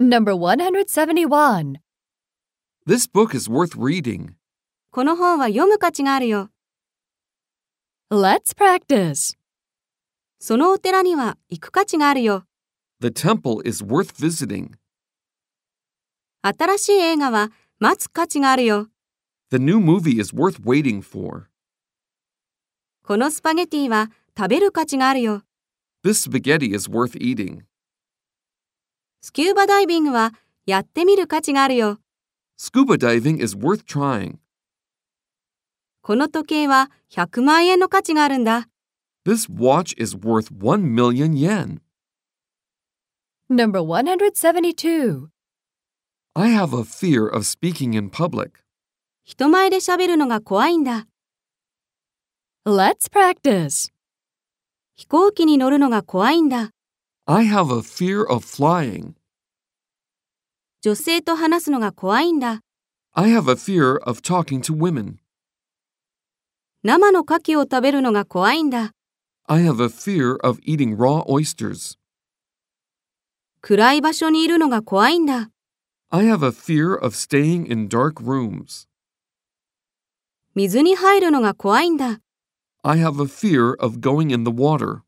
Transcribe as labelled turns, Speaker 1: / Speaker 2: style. Speaker 1: Number 171.
Speaker 2: This book is worth reading.
Speaker 3: この本は読む価値があるよ。
Speaker 1: Let's practice.
Speaker 3: そのお寺には行く価値があるよ。
Speaker 2: The temple is worth visiting.
Speaker 3: 新しい映画は待つ価値があるよ。
Speaker 2: The new movie is worth waiting for.
Speaker 3: このスパゲティは食べる価値があるよ。
Speaker 2: This spaghetti is worth eating.
Speaker 3: スキューバダイビングはやってみる価値があるよ。
Speaker 2: Scuba diving is worth trying.
Speaker 3: この時計は100万円の価値があるんだ。
Speaker 2: This watch is worth 1 million yen.
Speaker 1: Number 172.
Speaker 2: I have a fear of speaking in public.
Speaker 3: 人前で喋るのが怖いんだ。
Speaker 1: Let's practice.
Speaker 3: 飛行機に乗るのが怖いんだ。
Speaker 2: I have a fear of flying.
Speaker 3: 女性と話すのが怖いんだ。
Speaker 2: I have a fear of talking to women.
Speaker 3: 生の牡蠣を食べるのが怖いんだ。
Speaker 2: I have a fear of eating raw oysters.
Speaker 3: 暗い場所にいるのが怖いんだ。
Speaker 2: I have a fear of staying in dark rooms.
Speaker 3: 水に入るのが怖いんだ。
Speaker 2: I have a fear of going in the water.